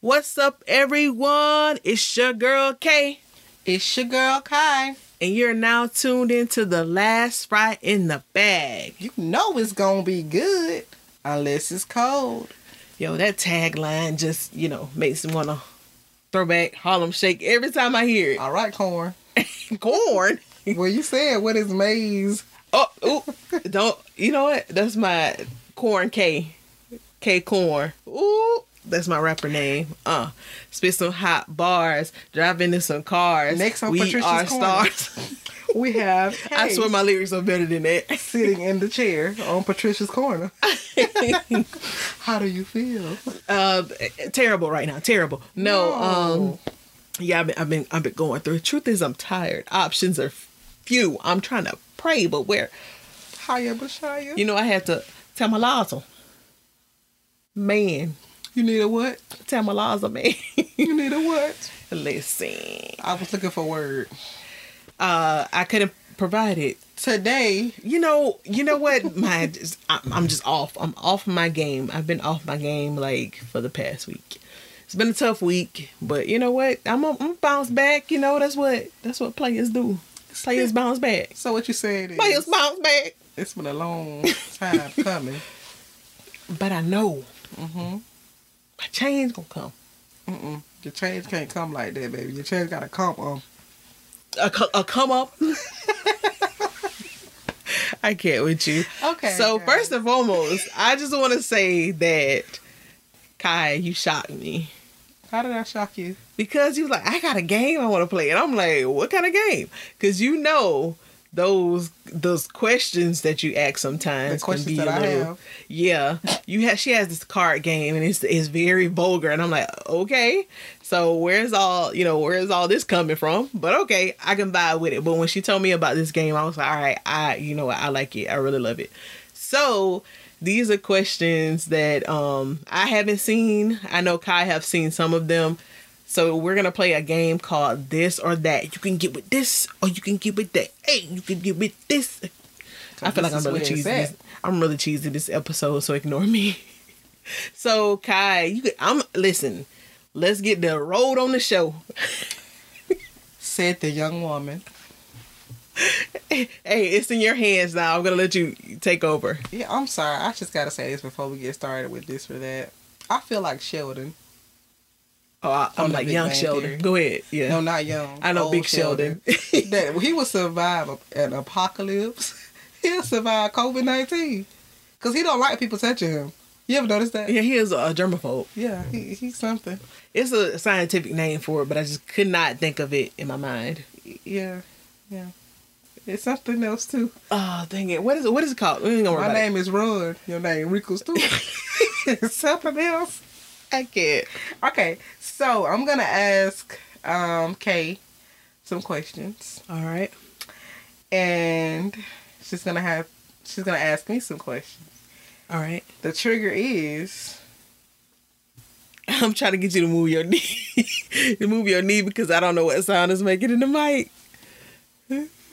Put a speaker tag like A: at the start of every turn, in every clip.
A: What's up, everyone? It's your girl Kay,
B: It's your girl Kai.
A: and you're now tuned into the last fry in the bag.
B: You know it's gonna be good unless it's cold.
A: Yo, that tagline just, you know, makes me wanna throw back Harlem Shake every time I hear
B: All right, corn. Uh,
A: it. Corn.
B: well, you said what is maize?
A: Oh, ooh, don't. You know what? That's my corn K, K corn. Ooh, that's my rapper name. Uh, spit some hot bars, drive into some cars.
B: Next on
A: we
B: Patricia's
A: are
B: Corner.
A: stars.
B: We have
A: I swear
B: Hayes
A: my lyrics are better than that.
B: sitting in the chair on Patricia's corner. How do you feel?
A: Uh, terrible right now. Terrible. No. Um.
B: No.
A: Yeah, I've been, I've been, I've been going through. Truth is, I'm tired. Options are few. I'm trying to pray, but where?
B: Hiya Bashaya.
A: You know, I had to tamalazo. Man,
B: You need a what?
A: tamalazo, man.
B: You need a what?
A: Listen,
B: I was looking for a word.
A: uh, I couldn't provide it.
B: Today,
A: You know, you know what? My, just- I'm I'm just off. I'm off my game. I've been off my game like for the past week. It's been a tough week, but you know what? I'm gonna I'm gonna bounce back. You know, that's what that's what players do. Players bounce back.
B: so what you saying is
A: Players bounce back.
B: it's been a long time coming.
A: But I know
B: Mm-hmm.
A: my change gonna come.
B: Mm-mm. Your change can't come like that, baby. Your change gotta come um, on.
A: A, co- a come up. I can't with you.
B: Okay.
A: so
B: guys.
A: first and foremost, I just want to say that Kai, you shocked me
B: how did I shock you?
A: because you was like, I got a game I want to play, and I'm like, what kind of game? Because you know those those questions that you ask sometimes
B: The questions
A: can be
B: that
A: a
B: I
A: little,
B: have.
A: yeah. You have she has this card game and it's it's very vulgar, and I'm like, okay, so where's all you know where's all this coming from? But okay, I can vibe with it. But when she told me about this game, I was like, all right, I you know what, I like it, I really love it. So these are questions that um I haven't seen. I know Kai have seen some of them. So we're gonna play a game called this or that. You can get with this or you can get with that. Hey, you can get with this. I feel like
B: this
A: I'm
B: is
A: really
B: where
A: cheesy.
B: it's at.
A: This, I'm really cheesy this episode, so ignore me. so Kai, you could, I'm listen. Let's get the road on the show.
B: Said the young woman.
A: hey, it's in your hands now. I'm gonna let you take over.
B: Yeah, I'm sorry. I just gotta say this before we get started with this or that. I feel like Sheldon.
A: Oh, I,
B: On
A: I'm
B: the
A: like
B: Big
A: young
B: Bang
A: Sheldon.
B: Theory.
A: Go ahead. Yeah.
B: No, not young.
A: I know
B: old
A: Big Sheldon.
B: that he will survive a- an apocalypse. He'll survive COVID nineteen. Cause he don't like people touching him. You ever notice that?
A: yeah, he is a germaphobe.
B: Yeah, he, he's something.
A: It's a scientific name for it, but I just could not think of it in my mind.
B: Yeah, yeah. It's something else too.
A: Oh, dang it. What is it? What is it called? We ain't gonna worry
B: My
A: about
B: name is Rod. Your name Rico's too. it's something else.
A: it. I can't.
B: Okay, so I'm gonna ask um Kay some questions,
A: All right.
B: and she's gonna have she's gonna ask me some questions.
A: All right.
B: The trigger is
A: I'm trying to get you to move your knee. to move your knee because I don't know what sound is making in the mic. Move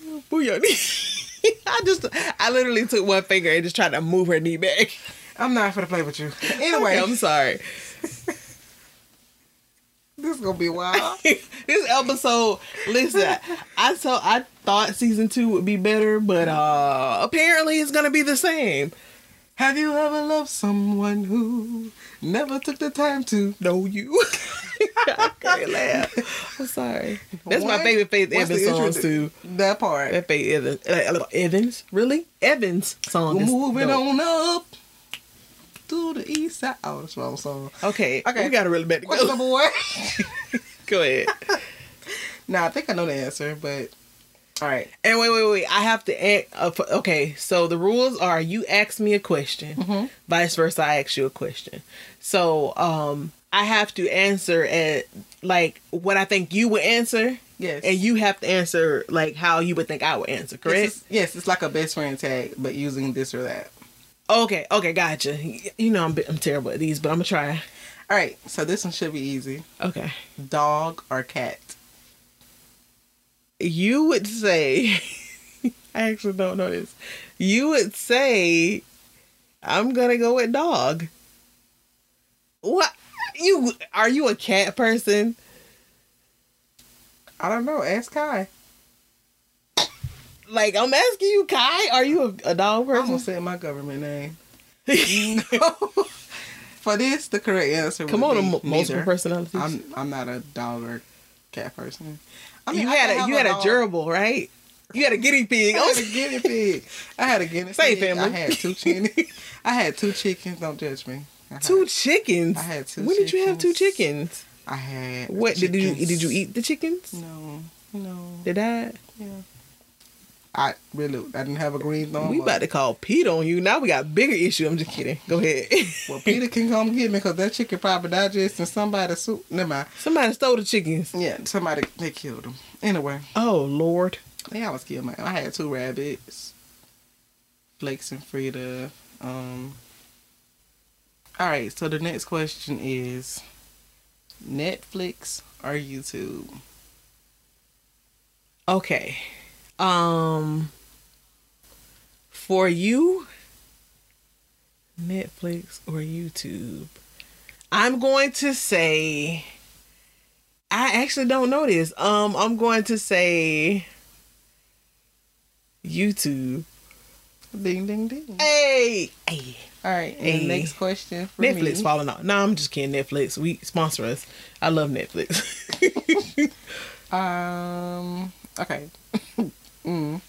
A: your knee. I just, I literally took one finger and just tried to move her knee back.
B: I'm not gonna play with you. Anyway,
A: Okay, I'm sorry.
B: this is gonna be wild.
A: this episode, listen, I so I thought season two would be better, but uh apparently it's gonna be the same.
B: have you ever loved someone who never took the time to?
A: Know you. I can't laugh. I'm sorry. That's my
B: What?
A: favorite Faith
B: What's the
A: Evans
B: intro
A: songs
B: to-
A: too.
B: That part.
A: That Faith Evans, uh, Evans, really? Evans song.
B: We're
A: is
B: moving
A: dope.
B: on up to the east side. Oh, that's wrong song.
A: Okay. Okay.
B: Okay.
A: We got a really bad to
B: Question
A: go.
B: number one.
A: Go ahead.
B: nah, I think I know the answer, but all right.
A: And wait, wait, wait. I have to act. Uh, f- okay, so the rules are: you ask me a question,
B: Mm-hmm.
A: vice versa. I ask you a question. So um, I have to answer at like what I think you would answer,
B: Yes.
A: and you have to answer like how you would think I would answer.
B: This
A: Correct?
B: is- yes, it's like a best friend tag, but using this or that.
A: okay. Okay. Gotcha. Y- You know I'm bi- I'm terrible at these, but I'm gonna try.
B: All right, so this one should be easy.
A: Okay.
B: Dog or cat?
A: You would say. I actually don't know this. You would say, I'm gonna go with dog. What? You are you a cat person?
B: I don't know. Ask Kai.
A: Like I'm asking you, Kai, are you a, a dog
B: I'm gonna
A: person?
B: say my government name. For this, the correct answer.
A: Come on,
B: would
A: a
B: be
A: m- multiple
B: neither.
A: personalities.
B: I'm I'm not a dog or cat person. I
A: you
B: I
A: had
B: can
A: a
B: have
A: you had a
B: dog.
A: gerbil, right? You had a guinea pig. Oh,
B: I had a guinea pig. I had a guinea
A: Same
B: pig. I
A: family.
B: had two chickens. I had two chickens. Don't judge me. I
A: two
B: Had,
A: chickens.
B: I had two
A: When did you have two
B: chickens.
A: chickens?
B: I had.
A: What did you
B: chickens.
A: did you eat the chickens?
B: No, no.
A: Did I?
B: Yeah. I really I didn't have a green thumb.
A: we about to call Pete on you. Now we got bigger issue. I'm just kidding. Go ahead.
B: Well, Peter can come get me because that chicken probably digesting somebody's soup. Never mind.
A: Somebody stole the chickens.
B: Yeah, somebody they killed him. Anyway,
A: Oh Lord.
B: they always kill my. I had two rabbits, Flakes and Frida. Um. All right, so the next question is Netflix or YouTube?
A: Okay. Um for you Netflix or YouTube. I'm going to say I actually don't know this. Um I'm going to say YouTube.
B: Ding ding ding.
A: Hey. Hey.
B: All right, and
A: Hey.
B: the next question for
A: Netflix
B: me.
A: falling out. No, I'm just kidding. Netflix, we sponsor us. I love Netflix.
B: Um. Okay. mm.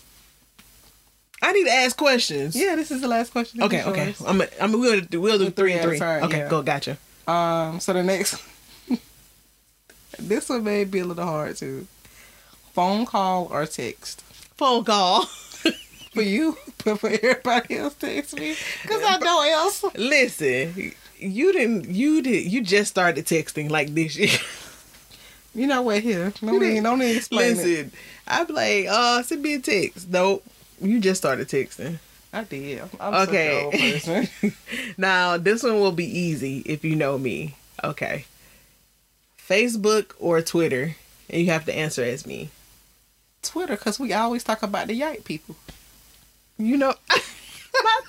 A: I need to ask questions.
B: Yeah, this is the last question. This
A: Okay,
B: is
A: okay.
B: yours.
A: I'm. A, I'm. A, we'll do. We'll do
B: Do
A: three
B: three
A: and
B: at a
A: three.
B: time,
A: okay,
B: yeah.
A: go. Gotcha.
B: Um, so the next, this one may be a little hard too. Phone call or text
A: Phone call.
B: for you, but for everybody else, text me because I know else.
A: Listen, you didn't. You did. You just started texting like this year.
B: You know what? Here, no need, no need to explain it.
A: Listen, I'm like, uh, send me a text. Nope. You just started texting.
B: I did. I'm
A: Okay.
B: such an old person.
A: Now this one will be easy if you know me. Okay. Facebook or Twitter, and you have to answer as me.
B: Twitter, because we always talk about the yike people.
A: You know,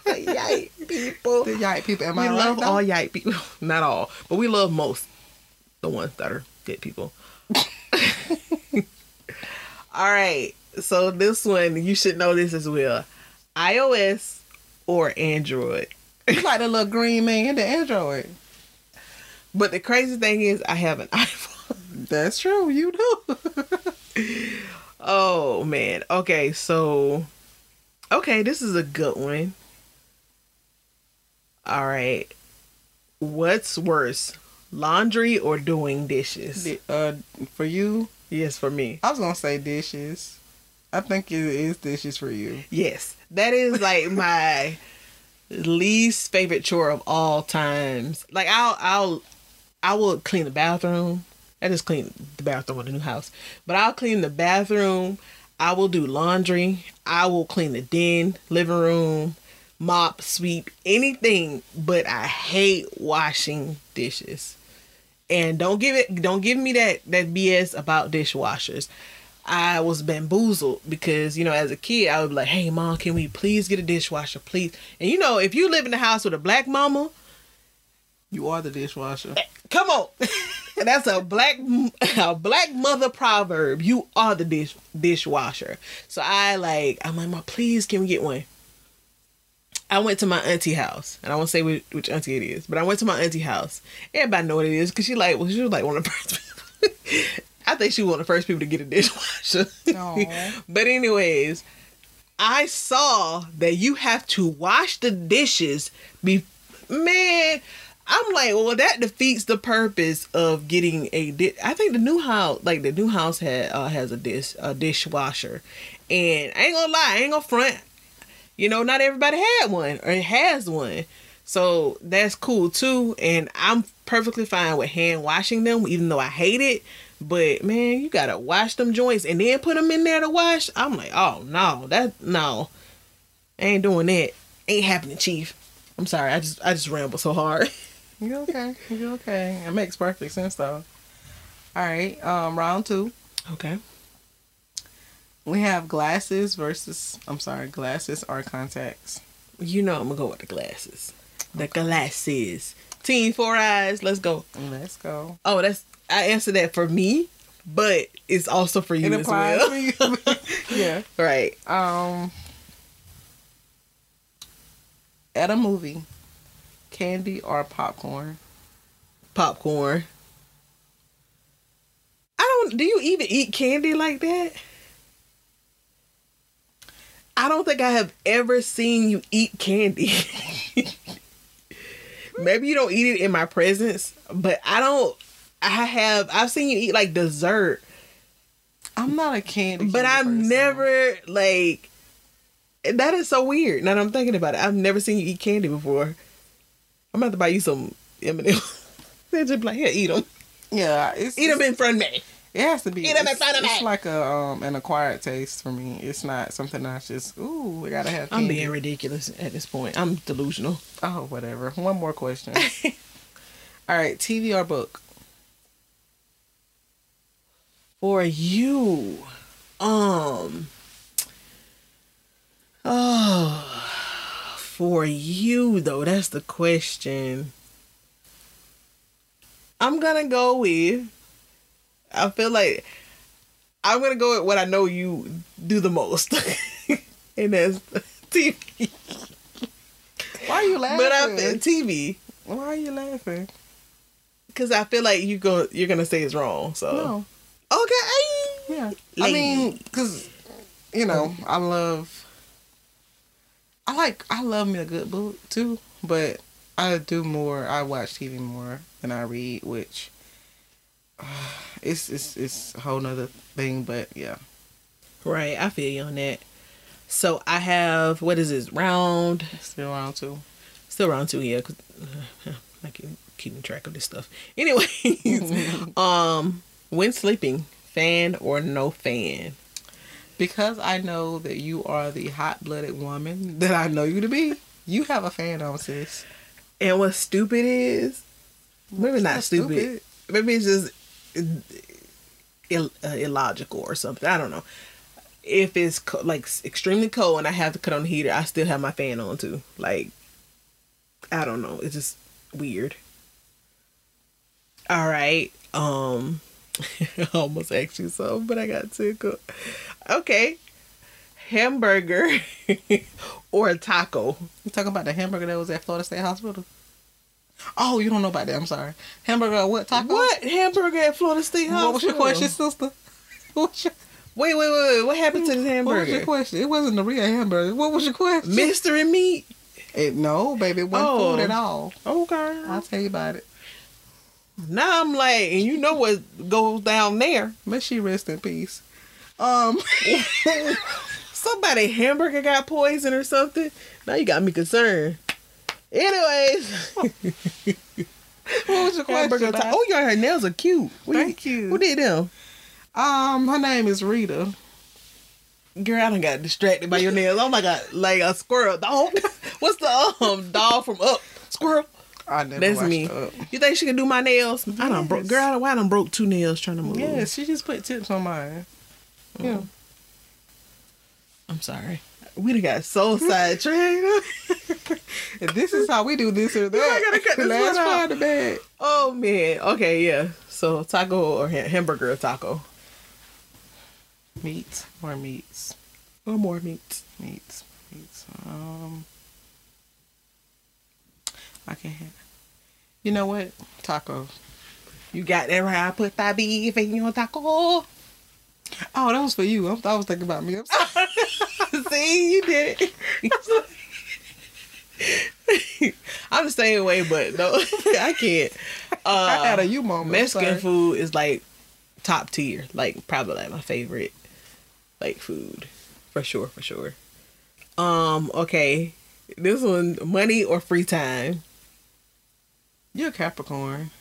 A: yike people.
B: The yike people. Am
A: we
B: I
A: love
B: right?
A: all
B: All...
A: yike people. Not all, but we love most the ones that are good people. all right. So this one you should know this as well. iOS or Android.
B: You like the little green man, the android.
A: But the crazy thing is I have an iPhone.
B: That's true. You do.
A: Oh man. Okay, so okay, this is a good one. All right. What's worse? Laundry or doing dishes?
B: The- uh, for you,
A: Yes, for me.
B: I was gonna say dishes. I think it is dishes for you.
A: Yes, that is like my least favorite chore of all times. Like I'll I'll I will clean the bathroom. I just clean the bathroom in the new house, but I'll clean the bathroom. I will do laundry. I will clean the den, living room, mop, sweep, anything. But I hate washing dishes. And don't give it don't give me that that BS about dishwashers. I was bamboozled because you know as a kid I would be like, "Hey mom, can we please get a dishwasher, please?" And you know if you live in the house with a black mama,
B: You are the dishwasher.
A: come on, that's a black a black mother proverb. You are the dish dishwasher. So I like I'm like, "Ma, please can we get one?" I went to my auntie house, and I won't say which, which auntie it is, but I went to my auntie house. Everybody know what it is because she like, well, she was like one of the first. people. I think she was one of the first people to get a dishwasher.
B: Aw.
A: but anyways, I saw that you have to wash the dishes. Be man, I'm like, well, that defeats the purpose of getting a. Di- I think the new house, like the new house, had uh, has a dish a dishwasher, and I ain't gonna lie, I ain't gonna front you know, not everybody had one or has one. So that's cool too. And I'm perfectly fine with hand washing them, even though I hate it. But man, you gotta wash them joints and then put them in there to wash. I'm like, oh no, that no, I ain't doing that. Ain't happening, Chief. I'm sorry, I just I just ramble so hard.
B: You okay? You okay? It makes perfect sense though. All right, um, round two.
A: Okay.
B: We have glasses versus. I'm sorry, glasses or contacts.
A: You know I'm gonna go with the glasses. the glasses. Teen Four Eyes, let's go.
B: Let's go.
A: Oh, that's I answered that for me, but it's also for you
B: It
A: as
B: applies
A: well.
B: to you. yeah.
A: right.
B: Um, at a movie, candy or popcorn?
A: Popcorn. I don't do you even eat candy like that? I don't think I have ever seen you eat candy. Maybe you don't eat it in my presence, but I don't I have I've seen you eat like dessert
B: I'm not a candy.
A: But
B: candy
A: I've
B: person.
A: never like that is so weird. Now that I'm thinking about it, I've never seen you eat candy before. I'm about to buy you some M and M's. They're just like, here, eat them,
B: Yeah, it's,
A: eat them
B: it's-
A: in front of me.
B: It has to be.
A: Eat 'em in
B: it's,
A: front of
B: it's
A: me.
B: like a um an acquired taste for me. It's not something I just ooh. I gotta have.
A: I'm
B: Candy.
A: being ridiculous at this point. I'm delusional.
B: Oh, whatever. One more question. All right, TV or book?
A: For you, um, oh, for you though, that's the question. I'm gonna go with. I feel like I'm gonna go with what I know you do the most, and that's TV.
B: Why are you laughing?
A: But I feel TV
B: Why are you laughing?
A: because I feel like you go you're gonna say it's wrong. So
B: No.
A: okay,
B: Yeah. I
A: Oh. Lady.
B: mean, cause you know, I love. I like I love me a good book too, but I do more. I watch TV more than I read, which uh, it's it's it's a whole nother thing. But yeah,
A: Right, I feel you on that. So I have what is this round?
B: it's been around too.
A: Still round two, yeah. 'cause, uh, I keep keeping track of this stuff. Anyways, um, when sleeping, fan or no fan?
B: Because I know that you are the hot blooded woman that I know you to be. You have a fan on, sis.
A: And what's stupid is maybe not
B: not
A: stupid.
B: stupid.
A: Maybe it's just Ill, uh, illogical or something. I don't know. If it's co- like s- extremely cold and I have to cut on the heater, I still have my fan on too. Like I don't know. It's just weird. All right. Um I almost asked you something, but I got tickled. Okay. Hamburger or taco.
B: You talking about the hamburger that was at Florida State Hospital? Oh, you don't know about that. I'm sorry. Hamburger or what? Taco?
A: What hamburger at Florida State Hospital?
B: What was your question, sister? What was your,
A: Wait, wait, wait, wait. What happened to this
B: what was your
A: hamburger?
B: question? It wasn't a real hamburger. What was your question?
A: Mystery meat.
B: It- no, baby, it wasn't
A: Oh.
B: food at all.
A: Okay.
B: I'll tell you about it.
A: Now I'm like, and you know what goes down there?
B: May she rest in peace. Um,
A: Somebody hamburger got poisoned or something. Now you got me concerned. Anyways,
B: what was your
A: hamburger.
B: question?
A: Ta-
B: Di?
A: oh, your her nails are cute. Who
B: Thank you.
A: Who did them?
B: um, her name is Rita.
A: Girl, I done got distracted by your nails. Oh my god, like a squirrel dog. What's the um dog from Up? Squirrel.
B: I never
A: That's
B: watched uh,
A: me.
B: Up.
A: You think she can do my nails? I done broke.
B: Yes.
A: Girl, I done, why I done broke two nails trying to move?
B: Yeah, she just put tips on mine. Yeah.
A: Mm. I'm sorry. We done got so sidetracked.
B: If this is how we do this or that.
A: I gotta cut this
B: Last
A: one out.
B: Friday bag.
A: oh man. Okay, yeah. So taco or ha- hamburger or taco
B: Meats or meats.
A: or more meat.
B: Meats. Meats. Um I can't have You know what? Tacos.
A: You got that right. I put that beef in your taco.
B: Oh, that was for you. I'm, I was thinking about me. I'm sorry.
A: See, you did it. I'm the same way, but no, I can't. Uh,
B: I had a you moment. I'm
A: Mexican
B: sorry.
A: food is like top tier, like probably like my favorite like food for sure, for sure. Um, okay. This one, money or free time.
B: You're a Capricorn.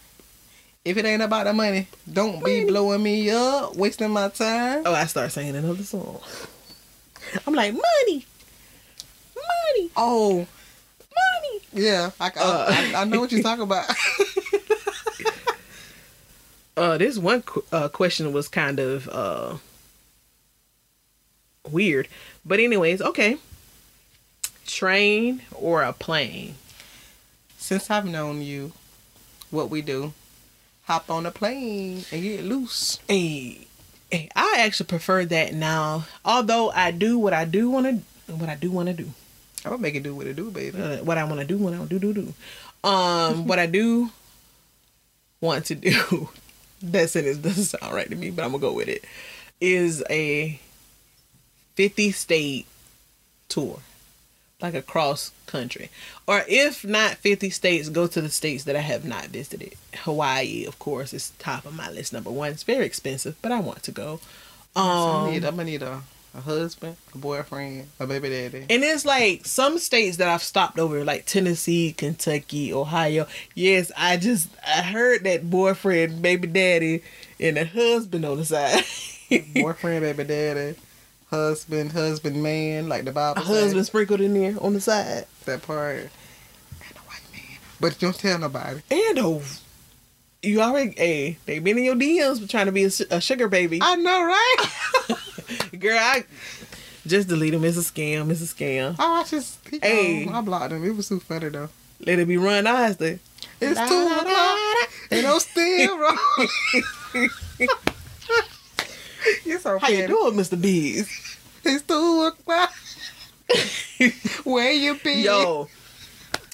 B: If it ain't about the money, don't be blowing me up, wasting my time.
A: Oh, I start singing another song. I'm like, money, money,
B: Oh,
A: money.
B: yeah. I, I-
A: Uh.
B: I, I know what you're talking about.
A: Uh, this one qu- uh, question was kind of uh weird, but anyways, okay. Train or a plane?
B: since I've known you, what we do, hop on a plane and get loose.
A: Hey, hey, I actually prefer that now. Although I do what I do want to, what I do want to do,
B: I'm gonna make it do what it do, baby.
A: Uh, what I want to do, what I do do do, um, what I do want to do. that sentence doesn't sound right to me, but I'm gonna go with it. Is a 50 state tour, like across country, or if not 50 states, go to the states that I have not visited. Hawaii, of course, is top of my list, number one. It's very expensive, but I want to go.
B: So
A: Um,
B: I need, I'm gonna need a, a husband, a boyfriend, a baby daddy.
A: And it's like some states that I've stopped over, like Tennessee, Kentucky, Ohio. Yes, I just I heard that boyfriend, baby daddy, and a husband on the side.
B: boyfriend, baby daddy, husband, husband, man, like the Bible.
A: a
B: say.
A: husband sprinkled in there on the side.
B: that part. And a white man. But don't tell nobody.
A: And oh, you already hey, they been in your DMs for trying to be a, su- a sugar baby.
B: I know, right?
A: Girl, I just delete them. It's a scam. It's a scam.
B: oh, I just he
A: Hey.
B: gone. I blocked him. It was too funny though.
A: Let it be run honestly.
B: It's
A: La,
B: too
A: la, la, la.
B: o'clock and I'm still wrong. You're so
A: How you
B: petty.
A: doing, Mr. B's?
B: It's two o'clock. Where you been?
A: Yo,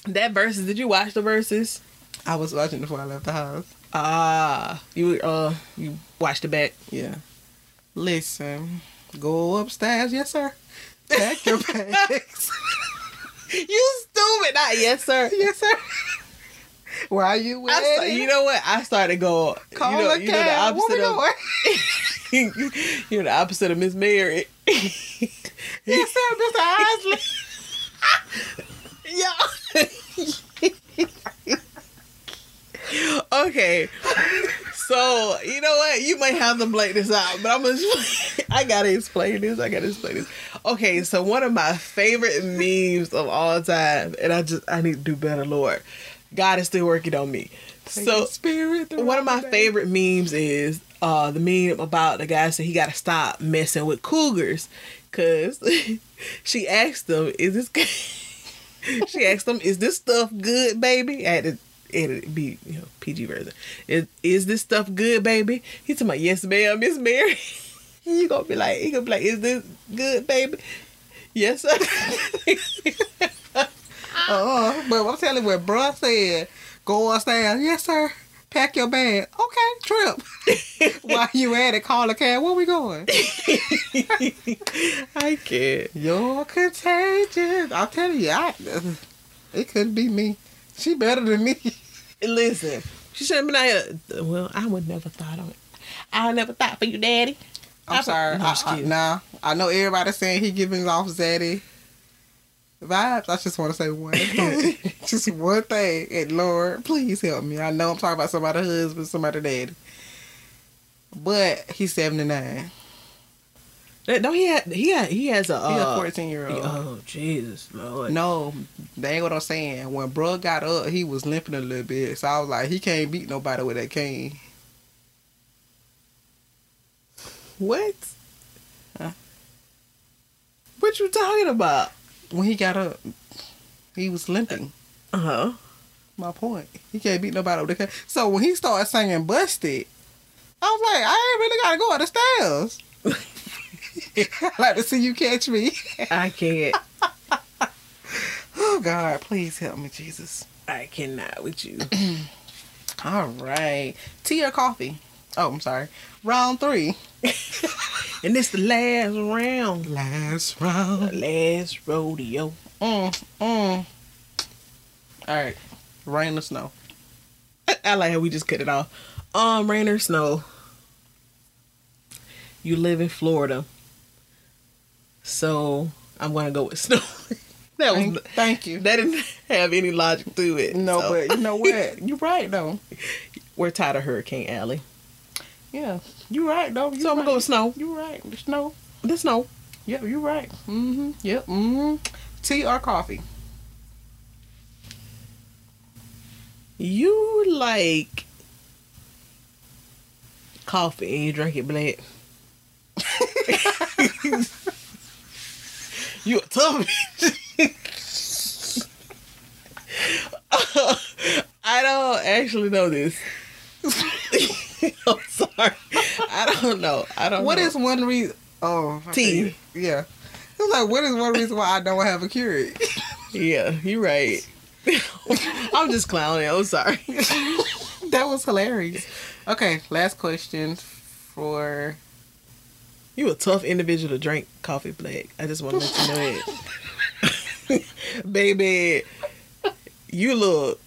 A: that versus. Did you watch the verses?
B: I was watching before I left the house.
A: Ah, you uh, you watched the back.
B: Yeah. Listen, go upstairs, yes sir. Pack your bags.
A: You stupid, not yes, sir.
B: yes sir. Why are you
A: I
B: waiting?
A: sta- you know what? I started go.
B: Call
A: you know,
B: a
A: you know the
B: cab. What we
A: opposite of
B: doing?
A: you know the opposite of Miss Mary.
B: yes sir, Mr. Isley.
A: Yeah. okay. So you know what? You might have to blake this out, but I'm gonna. I gotta explain this. I gotta explain this. Okay, so one of my favorite memes of all time, and I just I need to do better, Lord. God is still working on me. So
B: spirit. the
A: one of my
B: right way.
A: favorite memes is uh the meme about the guy said he got to stop messing with cougars because she asked him is this she asked him is this stuff good baby at it it'd be you know pg version is, is this stuff good baby he's talking about yes ma'am miss mary you gonna be like he gonna be like is this good baby yes sir
B: Uh, but I'm telling you what, bruh said, go upstairs. Yes, sir. Pack your bag. Okay, trip. While you at it, call a cab. Where we going?
A: i can't
B: You're contagious. I'm telling you, I, it could be me. She better than me.
A: Listen, she should have been out here. Well, I would never thought on it. I never thought for you, Daddy.
B: I'm sorry.
A: No,
B: I,
A: I'm just
B: I-
A: kidding.
B: nah, I know everybody saying he giving off zaddy vibes. I just want to say one thing. just one thing. And Lord, please help me. I know I'm talking about somebody's husband, somebody's daddy. But he's 79.
A: That- Uh, No, he had he had he has a
B: He's a
A: uh,
B: 14 year old.
A: Oh Jesus Lord!
B: No, that ain't what I'm saying. When bruh got up, he was limping a little bit. So I was like, he can't beat nobody with that cane.
A: what?
B: Huh?
A: What you talking about?
B: When he got up, he was limping.
A: Uh huh.
B: My point. He can't beat nobody with the cane. So when he started singing Busted, I was like, I ain't really gotta go upstairs. I'd like to see you catch me.
A: I can't.
B: Oh God, please help me, Jesus.
A: I cannot with you.
B: All right. Tea or coffee? Oh, I'm sorry. Round three.
A: And this the last round,
B: Last round.
A: last rodeo.
B: Mm, mm. All right. Rain or snow?
A: I like how we just cut it off. Um, rain or snow. You live in Florida, so I'm gonna go with snow. that was
B: Thank, thank you.
A: that didn't have any logic to it.
B: No,
A: so.
B: but you know what? You're right though.
A: we're tired of Hurricane Alley,
B: Yeah, you're right though.
A: so I'm gonna go with snow.
B: You're right. The snow.
A: The snow.
B: Yep, you're right. Mm-hmm. Yep. Mm-hmm. Tea or coffee?
A: You like coffee and you drink it black. you a tough bitch. actually know this. I'm sorry. I don't know. I don't
B: What
A: know.
B: is one reason? Oh, I
A: Tea.
B: think- Yeah. It's like, what is one reason why I don't have a Keurig?
A: Yeah, you're right. I'm just clowning. I'm sorry.
B: that was hilarious. Okay, last question for.
A: You a tough individual to drink coffee black. I just want to let you know it. Baby, you look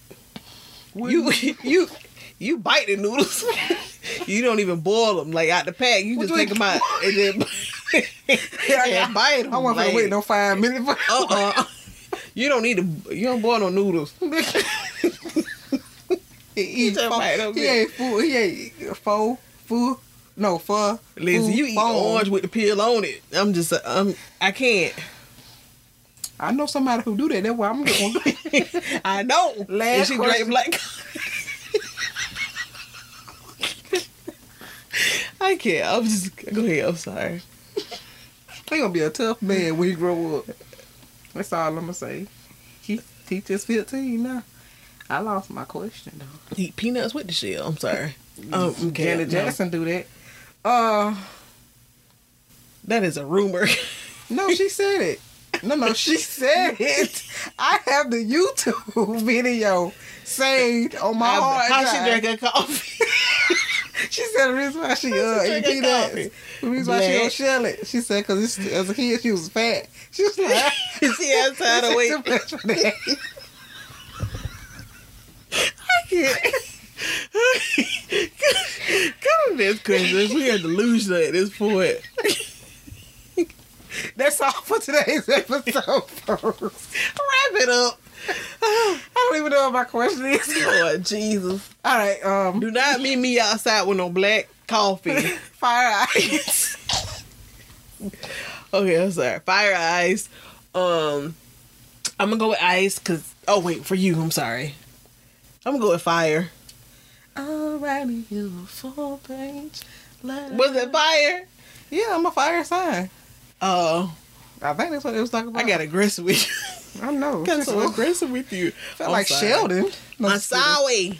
A: you you you bite the noodles. you don't even boil them like out the pack. You just
B: What
A: take
B: do
A: them out and then and bite them.
B: I wasn't gonna wait no five minutes. For...
A: Uh uh You don't need to. You don't boil no noodles.
B: he
A: You
B: eat
A: talking
B: four,
A: about no
B: he
A: good.
B: ate four. He ate four. Four. No four.
A: Listen, you eat the orange with the peel on it. I'm just. I'm. I can't.
B: I know somebody who do that. That's why I'm going.
A: I know.
B: Last
A: and she drank
B: question.
A: black. I can't. I'm just go ahead. I'm sorry.
B: He gonna be a tough man when he grow up. That's all I'm gonna say. He he just 15 now. I lost my question though.
A: Eat peanuts with the shell. I'm sorry. Um, okay,
B: Janet
A: no.
B: Jackson do that. Uh,
A: That is a rumor.
B: no, she said it. No, no, she said it. I have the YouTube video saved on my hard
A: How
B: drive.
A: she drank her coffee?
B: She said the reason why she
A: How
B: uh
A: she
B: eat
A: drinking
B: peanuts.
A: coffee?
B: The reason why she
A: Black.
B: don't shell it. She said because as a kid she was fat. She was like,
A: she has had to wait.
B: Too much for that.
A: Come on, this Christmas. We are delusional at this point.
B: That's all for today's episode. folks.
A: Wrap it up.
B: I don't even know what my question is.
A: Lord Jesus.
B: All right, um,
A: Do not meet me outside with no black coffee.
B: fire eyes.
A: Okay, I'm sorry. Fire eyes. Um, I'm gonna go with ice because. Oh wait, for you, I'm sorry. I'm gonna go with fire.
B: Alrighty, you a full page. letter.
A: Was it fire?
B: Yeah, I'm a fire sign.
A: Oh,
B: I think that's what it was talking about.
A: I got aggressive with you.
B: I know.
A: got
B: Just
A: so
B: felt
A: aggressive with you. I'm
B: like
A: sorry.
B: Sheldon. No,
A: I'm sorry.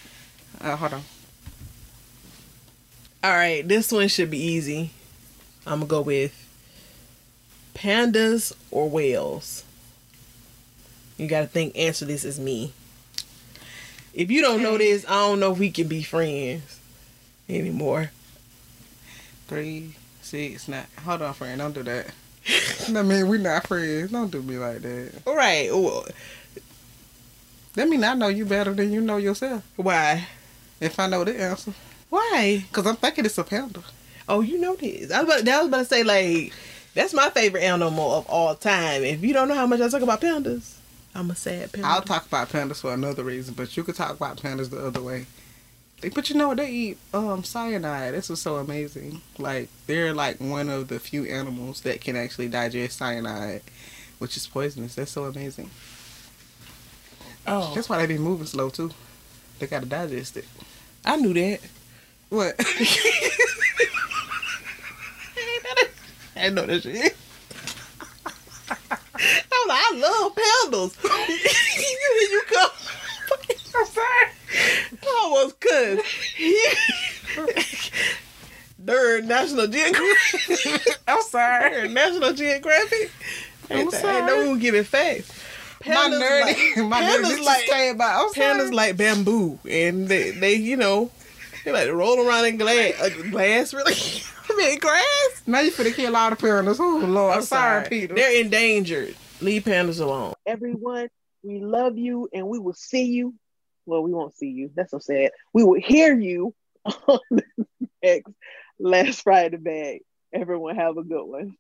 B: Uh, hold on.
A: All right, this one should be easy. I'm gonna go with pandas or whales. You gotta think. Answer this is me. If you don't know this, I don't know if we can be friends anymore.
B: Three, six, nine. Hold on, friend. Don't do that. I mean, we not friends. Don't do me like that.
A: All right. Well,
B: That mean I know you better than you know yourself.
A: Why?
B: If I know the answer,
A: Why?
B: cause I'm thinking it's a panda.
A: Oh, you know this. I was about, I was about to say like that's my favorite animal of all time. If you don't know how much I talk about pandas, I'm a sad panda.
B: I'll talk about pandas for another reason, but you could talk about pandas the other way. They, but you know what? They eat um, cyanide. This was so amazing. Like they're like one of the few animals that can actually digest cyanide, which is poisonous. That's so amazing.
A: oh,
B: That's why they be moving slow too. They gotta digest it.
A: I knew that.
B: What?
A: I know that shit. I'm like, I love pandas. Here you come. I'm sorry. I almost cussed. During National Geographic.
B: I'm sorry.
A: During National Geographic.
B: I'm
A: ain't,
B: sorry.
A: ain't no one giving facts.
B: my
A: Pandas like-
B: nerdy, my nerdy
A: pandas
B: just
A: like
B: came by. I'm sorry.
A: pandas like bamboo, and they, they you know, they like to roll around in glass, uh, glass really. I mean, grass.
B: now you finna kill all the pandas. Oh Lord,
A: I'm
B: I'm sorry, Peter.
A: They're endangered. Leave pandas alone.
C: everyone. We love you and we will see you. Well, we won't see you. That's so sad. We will hear you on the next Last Friday Bag. Everyone have a good one.